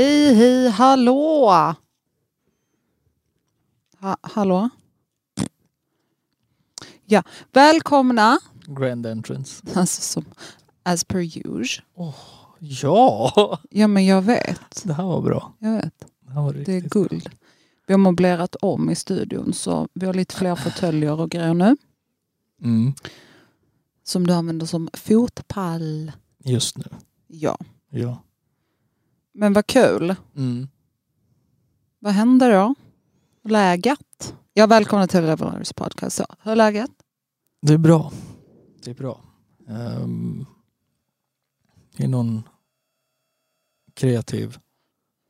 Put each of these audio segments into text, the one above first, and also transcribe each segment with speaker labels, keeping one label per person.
Speaker 1: Hej, hallå! Ha, hallå? Ja, välkomna.
Speaker 2: Grand entrance.
Speaker 1: Alltså som as per usual.
Speaker 2: Ja!
Speaker 1: Ja, men jag vet.
Speaker 2: Det här var bra.
Speaker 1: Jag vet.
Speaker 2: Det, här var
Speaker 1: Det är
Speaker 2: riktigt
Speaker 1: guld. Vi har möblerat om i studion så vi har lite fler fåtöljer och grejer nu.
Speaker 2: bra. Mm.
Speaker 1: Som du använder som fotpall.
Speaker 2: Just nu.
Speaker 1: Ja.
Speaker 2: Ja.
Speaker 1: Men vad kul.
Speaker 2: Mm.
Speaker 1: Vad händer då? Läget? Ja, välkomna till Revolutionaries podcast. Så, hur är läget?
Speaker 2: Det är bra. Det är bra. Ehm, det är någon kreativ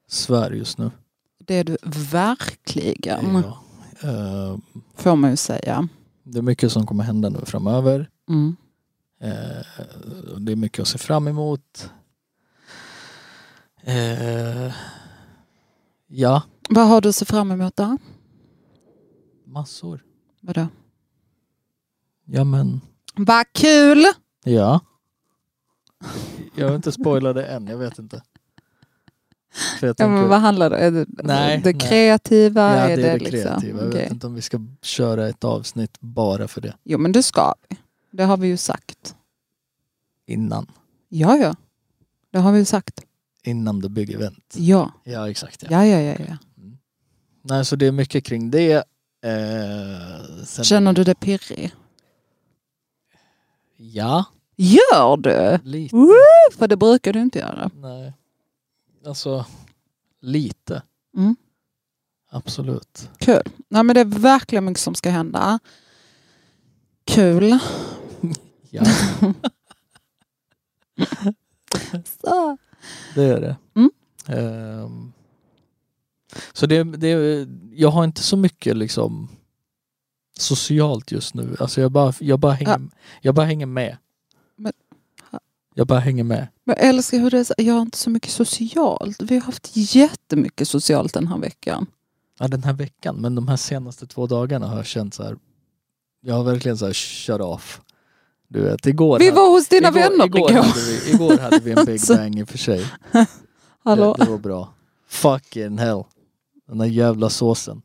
Speaker 2: sfär just nu.
Speaker 1: Det är du verkligen,
Speaker 2: Ja. Ehm,
Speaker 1: får man ju säga.
Speaker 2: det är mycket som kommer hända nu framöver.
Speaker 1: Mm.
Speaker 2: Ehm, och det är mycket att se fram emot. Ehm, ja,
Speaker 1: Vad har du att se fram emot då?
Speaker 2: massor.
Speaker 1: Vadå?
Speaker 2: Ja men
Speaker 1: Vad kul!
Speaker 2: Ja. Jag vill inte spoila det än, jag vet inte. För jag
Speaker 1: Ja,
Speaker 2: tänker,
Speaker 1: men vad handlar det Är det,
Speaker 2: Nej,
Speaker 1: det
Speaker 2: nej.
Speaker 1: kreativa?
Speaker 2: ja,
Speaker 1: är det,
Speaker 2: är det
Speaker 1: liksom?
Speaker 2: kreativa. Jag
Speaker 1: Okej.
Speaker 2: vet inte om vi ska köra ett avsnitt bara för det
Speaker 1: Jo, men det ska vi. Det har vi ju sagt.
Speaker 2: innan.
Speaker 1: Ja, ja. Det har vi ju sagt.
Speaker 2: Innan the big event.
Speaker 1: Ja,
Speaker 2: Ja, exakt. Ja.
Speaker 1: ja, ja, ja. ja.
Speaker 2: Nej, så det är mycket kring det. Eh, sen,
Speaker 1: Känner du dig pirrig?
Speaker 2: Ja,
Speaker 1: Gör du?
Speaker 2: lite.
Speaker 1: Woo! För det brukar du inte göra.
Speaker 2: Nej. Alltså, lite.
Speaker 1: Mm.
Speaker 2: Absolut.
Speaker 1: Kul. Nej, men det är verkligen mycket som ska hända. Kul.
Speaker 2: Ja,
Speaker 1: Så.
Speaker 2: det är det.
Speaker 1: Mm.
Speaker 2: Ehm, så det, det, jag har inte så mycket liksom socialt just nu. Alltså jag bara, jag bara, hänger, jag bara hänger med.
Speaker 1: Men- ha-
Speaker 2: jag bara hänger med.
Speaker 1: Men jag älskar hur det är, så- jag har inte så mycket socialt. Vi har haft jättemycket socialt den här veckan.
Speaker 2: Ja, den här veckan, men de här senaste två dagarna har jag känt så här. Jag har verkligen så här shut off. Du vet, igår.
Speaker 1: Vi
Speaker 2: hade-
Speaker 1: var hos dina
Speaker 2: igår,
Speaker 1: vänner
Speaker 2: igår,
Speaker 1: igår.
Speaker 2: Hade vi, igår hade vi en big
Speaker 1: Alltså.
Speaker 2: bang i och för sig.
Speaker 1: Hallå.
Speaker 2: Det, det var bra. Fucking hell. Den där jävla såsen.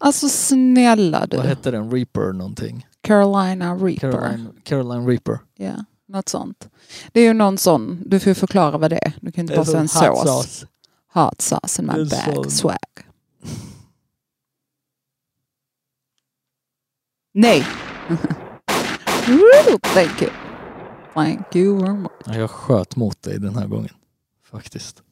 Speaker 1: Alltså snälla
Speaker 2: Vad
Speaker 1: du.
Speaker 2: hette den? Reaper någonting?
Speaker 1: Carolina Reaper.
Speaker 2: Caroline, Caroline Reaper.
Speaker 1: Ja, något sånt. Det är ju någon sån, du får ju förklara vad det är. Du kan inte bara säga en sås. Sauce. Hot sauce in
Speaker 2: Det är
Speaker 1: my
Speaker 2: en
Speaker 1: bag,
Speaker 2: sån.
Speaker 1: swag. Nej! Woo, Thank you. Thank you very much.
Speaker 2: Ja, jag sköt mot dig den här gången. Faktiskt.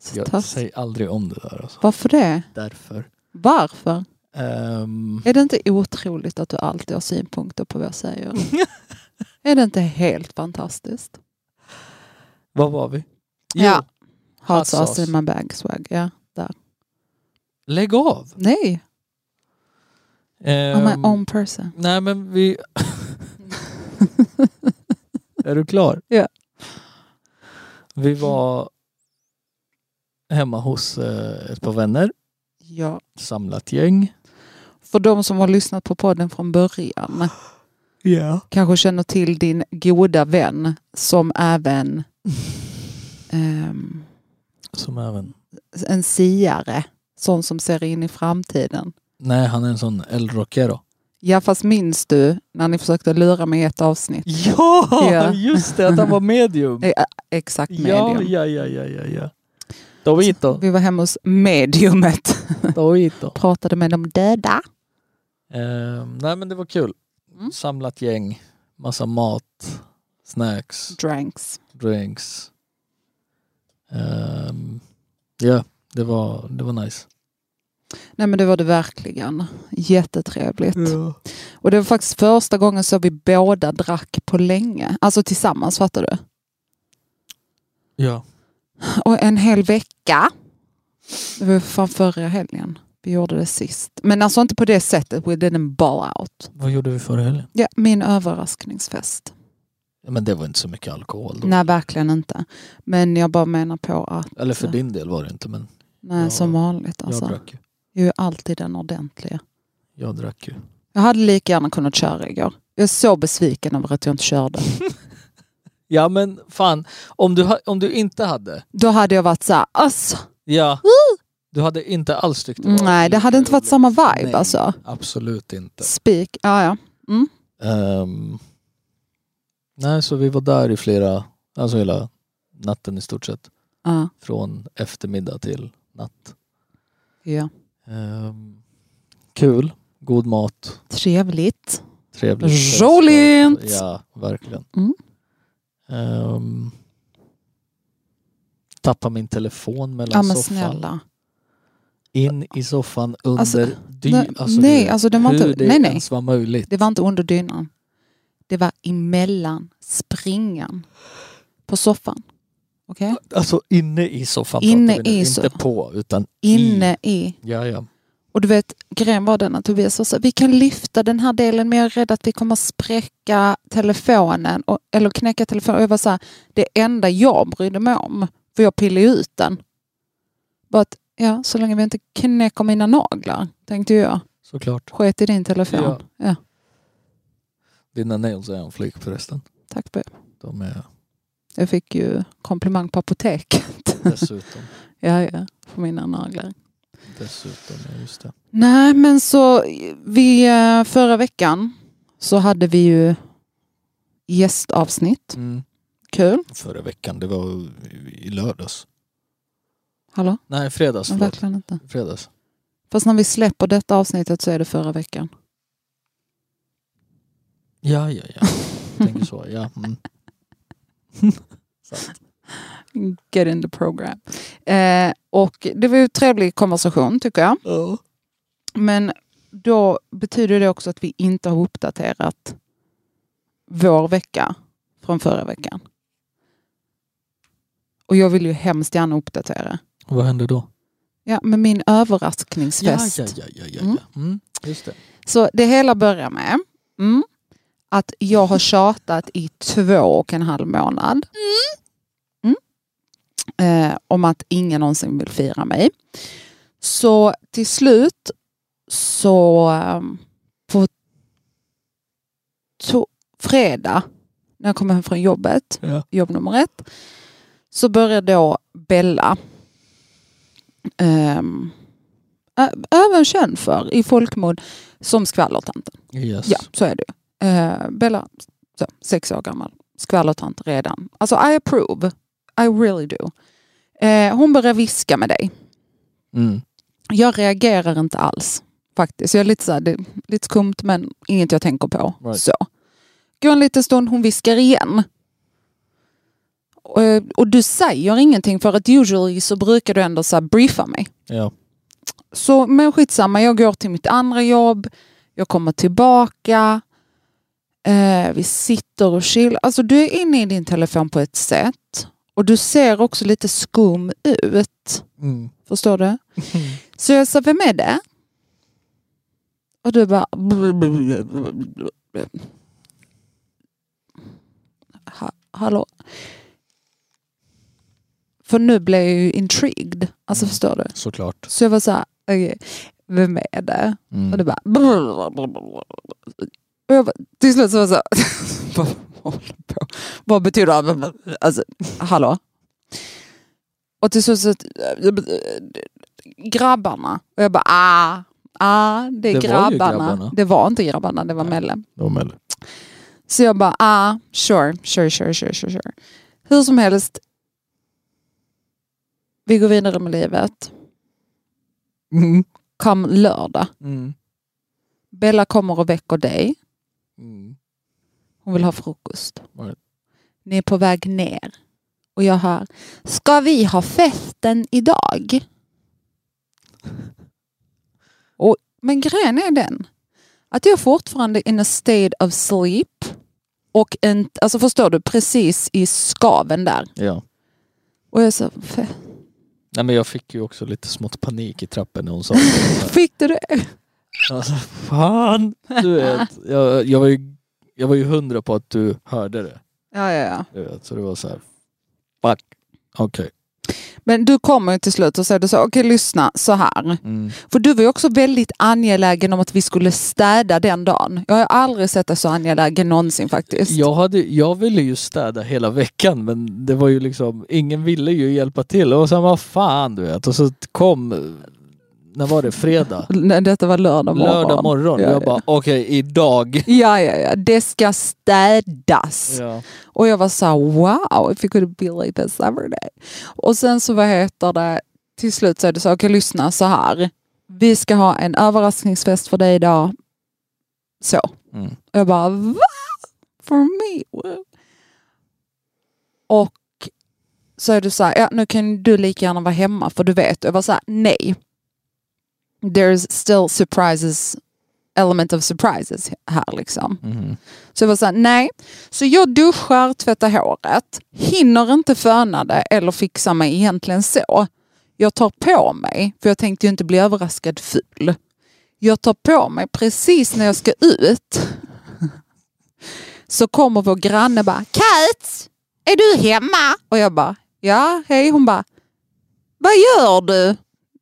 Speaker 1: Så
Speaker 2: Jag
Speaker 1: tass-
Speaker 2: säger aldrig om det där. Alltså.
Speaker 1: Varför det?
Speaker 2: Därför.
Speaker 1: Varför?
Speaker 2: Ehm,
Speaker 1: Är det inte otroligt att du alltid har synpunkter på vad jag säger? är det inte helt fantastiskt?
Speaker 2: vad var vi?
Speaker 1: Ja. Hot
Speaker 2: Hot
Speaker 1: sauce
Speaker 2: sauce.
Speaker 1: in my bag swag. Ja, där.
Speaker 2: Lägg av!
Speaker 1: Nej, I'm
Speaker 2: Ehm,
Speaker 1: my own person.
Speaker 2: Nej men vi... är du klar?
Speaker 1: Ja.
Speaker 2: Vi var hemma hos eh, ett par vänner,
Speaker 1: Ja.
Speaker 2: samlat gäng.
Speaker 1: För de som har lyssnat på podden från början
Speaker 2: Ja.
Speaker 1: kanske känner till din goda vän som även ehm,
Speaker 2: Som även...
Speaker 1: en siare. Sån som ser in i framtiden.
Speaker 2: Nej, han är en sån El Rockero.
Speaker 1: Ja, fast minns du när ni försökte lura mig i ett avsnitt?
Speaker 2: Ja,
Speaker 1: Ja.
Speaker 2: just det! Att han var medium.
Speaker 1: Eh, Exakt
Speaker 2: ja,
Speaker 1: medium.
Speaker 2: ja, ja, ja, ja, ja. Dovito,
Speaker 1: Vi var hemma hos mediumet.
Speaker 2: dovito.
Speaker 1: pratade med de döda.
Speaker 2: Eh, nej men det var kul.
Speaker 1: Mm.
Speaker 2: Samlat gäng, massa mat, snacks.
Speaker 1: Dranks.
Speaker 2: drinks. Ehm, ja, det var, det var nice.
Speaker 1: Nej men det var det verkligen. Jättetrevligt.
Speaker 2: Mm.
Speaker 1: Och det var faktiskt första gången så vi båda drack på länge. Alltså tillsammans fattar du.
Speaker 2: Ja.
Speaker 1: Och en hel vecka. Det var ju fan förra helgen. Vi gjorde det sist. Men alltså inte på det sättet. We didn't ball out.
Speaker 2: Vad gjorde vi förra helgen?
Speaker 1: Ja, min överraskningsfest.
Speaker 2: Ja, men det var inte så mycket alkohol då.
Speaker 1: Nej, verkligen inte. Men jag bara menar på att...
Speaker 2: Eller för din del var det inte, men
Speaker 1: Nej,
Speaker 2: Ja,
Speaker 1: som vanligt
Speaker 2: jag
Speaker 1: alltså.
Speaker 2: drack ju.
Speaker 1: Jag är ju alltid den ordentliga.
Speaker 2: Jag drack ju.
Speaker 1: Jag hade lika gärna kunnat köra igår. Jag är så besviken över att jag inte körde.
Speaker 2: Ja men fan, om du, ha- om du inte hade,
Speaker 1: Då hade jag varit så här, alltså,
Speaker 2: Ja. Du hade inte alls tyckt det var
Speaker 1: Mm, Nej, det hade inte varit
Speaker 2: roligt.
Speaker 1: samma vibe
Speaker 2: Nej,
Speaker 1: alltså.
Speaker 2: Absolut inte.
Speaker 1: Spik, ja ja. Mm.
Speaker 2: Ehm, nej, så vi var där i flera, alltså hela natten i stort sett.
Speaker 1: Ja.
Speaker 2: Från eftermiddag till natt.
Speaker 1: ja.
Speaker 2: Ehm, kul, god mat,
Speaker 1: Trevligt.
Speaker 2: trevligt. sällskap.
Speaker 1: Roligt!
Speaker 2: Ja, verkligen.
Speaker 1: Mm.
Speaker 2: Ehm, tappa min telefon mellan
Speaker 1: Ja men
Speaker 2: soffan.
Speaker 1: snälla.
Speaker 2: In i soffan under
Speaker 1: Alltså,
Speaker 2: dy-
Speaker 1: nej,
Speaker 2: alltså,
Speaker 1: nej,
Speaker 2: hur-
Speaker 1: alltså, den var
Speaker 2: hur
Speaker 1: inte-
Speaker 2: det
Speaker 1: nej, nej.
Speaker 2: ens var möjligt.
Speaker 1: Det var inte under dynan. Det var emellan springan på soffan. Okej?
Speaker 2: Alltså inne i soffan
Speaker 1: Inne
Speaker 2: pratar vi nu,
Speaker 1: i
Speaker 2: inte
Speaker 1: soffan.
Speaker 2: på utan
Speaker 1: Inne i.
Speaker 2: ja ja.
Speaker 1: Och du vet, grejen var den att Tobias var så här, vi kan lyfta den här delen men jag är rädd att vi kommer spräcka telefonen och, eller knäcka telefonen. Och jag var så här, det enda jag brydde mig om, för jag pillade ju ut den, var att ja, så länge vi inte knäcker mina naglar, tänkte jag.
Speaker 2: Såklart.
Speaker 1: Sket i din telefon. Ja.
Speaker 2: Ja. Dina nails är en flik förresten.
Speaker 1: tack för
Speaker 2: De är
Speaker 1: Jag fick ju komplimang på apoteket.
Speaker 2: dessutom,
Speaker 1: ja, ja, för mina naglar.
Speaker 2: dessutom, ja, just det.
Speaker 1: Nej, men så vi, eh, förra veckan så hade vi ju gästavsnitt.
Speaker 2: Mm.
Speaker 1: Kul.
Speaker 2: Förra veckan, det var i lördags.
Speaker 1: Hallå?
Speaker 2: Nej, fredags.
Speaker 1: Men
Speaker 2: Förlåt.
Speaker 1: verkligen inte.
Speaker 2: Fredags.
Speaker 1: Fast när vi släpper detta avsnittet så är det förra veckan.
Speaker 2: Ja, ja, ja. Jag tänker så. Ja. Mm. Sant.
Speaker 1: Get in the program. Eh, och det var ju en trevlig konversation tycker jag.
Speaker 2: Ja.
Speaker 1: Men då betyder det också att vi inte har uppdaterat vår vecka från förra veckan. Och jag vill ju hemskt gärna uppdatera.
Speaker 2: Vad hände då?
Speaker 1: Ja, med min överraskningsfest.
Speaker 2: Ja, ja, ja, ja, ja.
Speaker 1: Mm.
Speaker 2: ja. Mm. Just det.
Speaker 1: Så det hela börjar med mm, att jag har tjatat i två och en halv månad. Mm, eh, om att ingen någonsin vill fira mig. Så till slut så eh, på to- fredag när jag kom hem från jobbet,
Speaker 2: Ja.
Speaker 1: jobb nummer ett, så började då Bella ehm, ä- även känd för i folkmod som skvallertanten.
Speaker 2: Yes.
Speaker 1: Ja, så är det ju. Eh, Bella, så, sex år gammal, skvallertant redan. Alltså I approve, I really do. Eh, hon börjar viska med dig.
Speaker 2: Mm.
Speaker 1: Jag reagerar inte alls faktiskt. Jag är lite, så här, det är lite skumt men inget jag tänker på.
Speaker 2: Right.
Speaker 1: Så. Går en liten stund, hon viskar igen. Och, eh, och du säger ingenting för att usually så brukar du ändå så här briefa mig.
Speaker 2: Ja.
Speaker 1: Så men skitsamma, jag går till mitt andra jobb. Jag kommer tillbaka. Eh, vi sitter och chillar. Alltså du är inne i din telefon på ett sätt. Och du ser också lite skum ut.
Speaker 2: Mm.
Speaker 1: Förstår du? Så jag sa, vem är det? Och du bara... Ha, hallå? För nu blev jag ju intrigued. Alltså
Speaker 2: Mm.
Speaker 1: förstår du?
Speaker 2: Såklart.
Speaker 1: Så jag var så här, okej, vem är det? Och det
Speaker 2: Mm.
Speaker 1: bara... Och jag bara, till slut så var jag så här, vad håller du på? Vad betyder det? Alltså, hallå? Och till slut så... Grabbarna. Och jag bara, ah, ah det är
Speaker 2: Det var ju
Speaker 1: grabbarna.
Speaker 2: grabbarna.
Speaker 1: Det var inte grabbarna, det var
Speaker 2: Nej.
Speaker 1: Melle.
Speaker 2: De eller?
Speaker 1: Så jag bara, ah, sure, sure, sure, sure, sure, sure. Hur som helst, vi går vidare med livet.
Speaker 2: Mm.
Speaker 1: Kom lördag.
Speaker 2: Mm.
Speaker 1: Bella kommer och väcker dig.
Speaker 2: Mm.
Speaker 1: Hon vill ha frukost.
Speaker 2: Right.
Speaker 1: Ni är på väg ner. Och jag hör, ska vi ha festen idag? Och, men grejen är den att jag är fortfarande in a state of sleep. Och en, alltså förstår du, precis i skaven där.
Speaker 2: Ja.
Speaker 1: Och jag sa, "Fe-
Speaker 2: Nej men jag fick ju också lite smått panik i trappen när hon sa det.
Speaker 1: fick du det?
Speaker 2: Alltså fan! Du vet, jag, jag, var ju, jag var ju hundra på att du hörde det.
Speaker 1: Ja, ja, ja.
Speaker 2: Du vet, så det var så här. Fuck. Okej.
Speaker 1: Men du kommer ju till slut och säger du så, okej lyssna så här.
Speaker 3: Mm.
Speaker 1: För du var ju också väldigt angelägen om att vi skulle städa den dagen. Jag har ju aldrig sett dig så angelägen någonsin faktiskt.
Speaker 2: Jag, hade, jag ville ju städa hela veckan men det var ju liksom, ingen ville ju hjälpa till. Och sen vad fan du vet. Och så kom, när var det? Fredag?
Speaker 1: Nej, Detta var lördag morgon.
Speaker 2: Lördag morgon.
Speaker 1: Ja,
Speaker 2: jag
Speaker 1: ja.
Speaker 2: bara okej, idag.
Speaker 1: Ja, ja, ja. Det ska städas.
Speaker 2: Ja.
Speaker 1: Och jag var så här, wow, if it could be like this every day. Och sen så vad heter det, till slut så är det så, okej lyssna så här. Vi ska ha en överraskningsfest för dig idag. Så.
Speaker 3: Mm.
Speaker 1: Och jag bara, va? For me? Och så är du så här, ja nu kan du lika gärna vara hemma för du vet. Jag var så här, nej. There's still surprises, element of surprises här liksom.
Speaker 3: Mhm.
Speaker 1: Så jag var såhär, nej. Så jag duschar, tvättar håret, hinner inte föna det eller fixa mig egentligen så. Jag tar på mig, för jag tänkte ju inte bli överraskad ful. Jag tar på mig precis när jag ska ut. Så kommer vår granne bara, Kat, är du hemma? Och jag bara, ja, hej. Hon bara, vad gör du?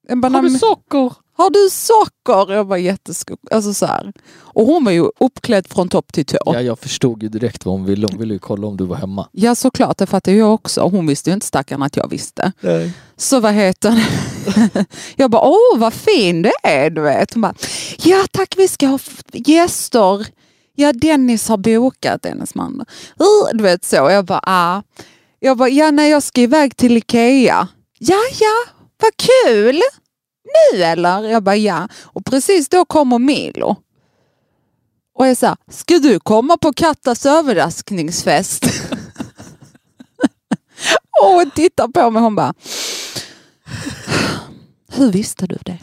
Speaker 1: Jag bara,
Speaker 2: Har
Speaker 1: "Nej,
Speaker 2: du
Speaker 1: men-
Speaker 2: socker?
Speaker 1: har du socker? Jag var jätteskog. Alltså så här. Och hon var ju uppklädd från topp till tå. Ja,
Speaker 2: Ja, jag förstod ju direkt vad hon ville. Hon ville ju kolla om du var hemma.
Speaker 1: såklart, det fattade jag också. Hon visste ju inte stackaren att jag visste. Så vad heter det? Jag bara, åh vad fin det är, du vet. Hon bara, ja tack vi ska ha f- gäster. Ja, Dennis har bokat, Dennis man. Uh, Du vet så, jag bara, ah. Jag bara, ja nej jag ska iväg till Ikea. Ja, ja, vad kul. Nu eller? Jag bara, ja. Och precis då kommer Milo. Och jag sa, ska du komma på Kattas överraskningsfest? och hon tittar på mig hon bara, hur visste du det?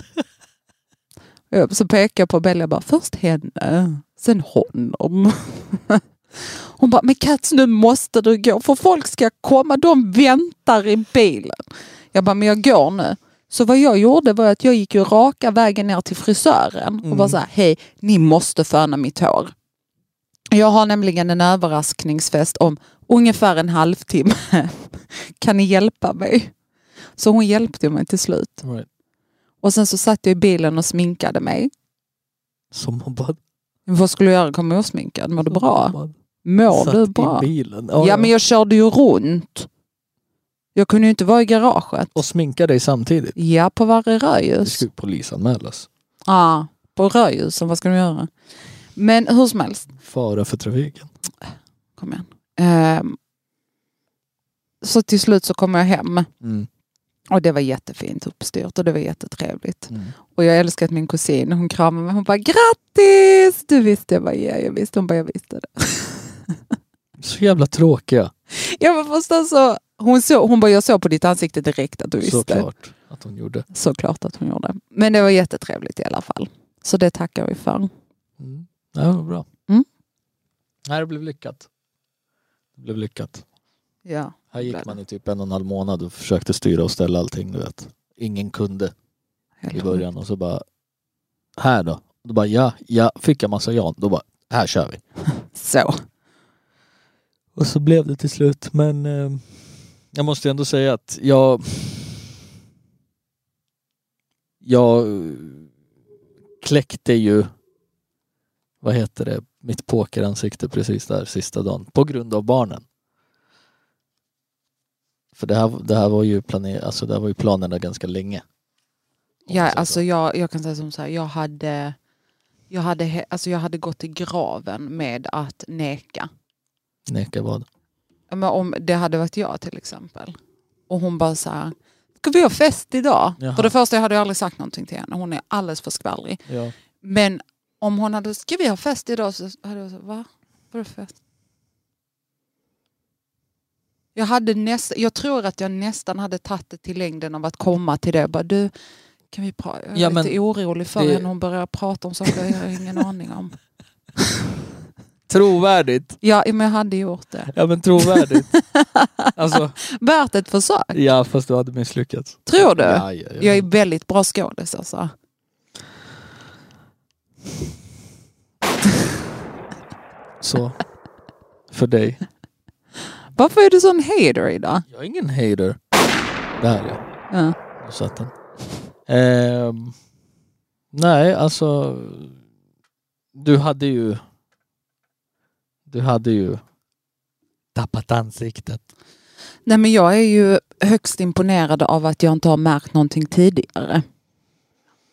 Speaker 1: Jag- Så pekar jag på Bella och bara, först henne, sen honom. Hon bara, men Kats nu måste du gå för folk ska komma, de väntar i bilen. Jag bara, men jag går nu. Så vad jag gjorde var att jag gick ju raka vägen ner till frisören och bara så här, hej, ni måste föna mitt hår. Jag har nämligen en överraskningsfest om ungefär en halvtimme. Kan ni hjälpa mig? Så hon hjälpte mig till slut.
Speaker 2: Right.
Speaker 1: Och sen så satt jag i bilen och sminkade mig.
Speaker 2: Som mobbad.
Speaker 1: Vad skulle jag göra? Komma osminkad? Mår du bra?
Speaker 2: Mobbad.
Speaker 1: Mår
Speaker 2: Satt
Speaker 1: du bra?
Speaker 2: i bilen. Ja,
Speaker 1: Ja, men jag körde ju runt. Jag kunde ju inte vara i garaget.
Speaker 2: Och sminka dig samtidigt.
Speaker 1: Ja, på varje
Speaker 2: Det
Speaker 1: rödljus.
Speaker 2: ska ju polisanmälas.
Speaker 1: Ja, på rödljusen. Vad ska du göra? Men hur som helst.
Speaker 2: Fara för trafiken.
Speaker 1: Kom igen. Ehm, så till slut så kom jag hem.
Speaker 3: Mm.
Speaker 1: Och det var jättefint uppstyrt och det var jättetrevligt.
Speaker 3: Mm.
Speaker 1: Och jag älskar att min kusin, hon kramade mig. Hon bara grattis! Du visste jag bara, ja, jag visste. Hon bara, jag visste det.
Speaker 2: Så jävla tråkiga.
Speaker 1: Ja men först alltså, hon, såg, hon bara jag såg på ditt ansikte direkt att du visste. Såklart.
Speaker 2: Såklart att hon gjorde.
Speaker 1: att hon gjorde. Men det var jättetrevligt i alla fall. Så det tackar vi för.
Speaker 2: Mm. Ja, det var bra.
Speaker 1: Mm.
Speaker 2: Nej, det blev lyckat. Det blev lyckat.
Speaker 1: Ja.
Speaker 2: Här gick man i typ en och en halv månad och försökte styra och ställa allting, du vet. Ingen kunde i början och så bara, här då? Då bara, ja, ja, fick jag massa ja. Då bara, här kör vi.
Speaker 1: Så.
Speaker 2: Och så blev det till slut, men eh, jag måste ändå säga att jag... Jag eh, kläckte ju, vad heter det, mitt pokeransikte precis där sista dagen på grund av barnen. För det här, det här, var, ju planer, alltså det här var ju planerna ganska länge. Om
Speaker 1: Ja,
Speaker 2: man säger
Speaker 1: alltså
Speaker 2: så.
Speaker 1: jag, jag kan säga som så här, jag hade, jag, hade, he- alltså jag hade gått i graven med att neka.
Speaker 2: Neka vad.
Speaker 1: Ja, Men om det hade varit jag till exempel. Och hon bara så här, ska vi ha fest idag?
Speaker 2: Jaha.
Speaker 1: För det första jag hade jag aldrig sagt någonting till henne, hon är alldeles för skvallrig.
Speaker 2: Ja.
Speaker 1: Men om hon hade ska vi ha fest idag så hade jag sagt va? Vadå fest? Jag, hade nästa, jag tror att jag nästan hade tagit det till längden av att komma till det. Jag bara, du, kan vi pra- jag är
Speaker 2: Ja, men
Speaker 1: lite orolig för
Speaker 2: det-
Speaker 1: henne. Hon börjar prata om saker jag har ingen aning om.
Speaker 2: Trovärdigt!
Speaker 1: Ja, men jag hade gjort det.
Speaker 2: Ja men trovärdigt. alltså,
Speaker 1: Värt ett försök,
Speaker 2: ja fast du hade misslyckats.
Speaker 1: tror du?
Speaker 2: Ja, ja, ja.
Speaker 1: Jag är väldigt bra skådis alltså.
Speaker 2: Så. För dig.
Speaker 1: Varför är du sån hater idag?
Speaker 2: Jag är ingen hater. Det här är jag.
Speaker 1: Ja.
Speaker 2: Har du sett den? Ehm, nej, alltså. Du hade ju. Du hade ju tappat ansiktet.
Speaker 1: Nej men jag är ju högst imponerad av att jag inte har märkt någonting tidigare.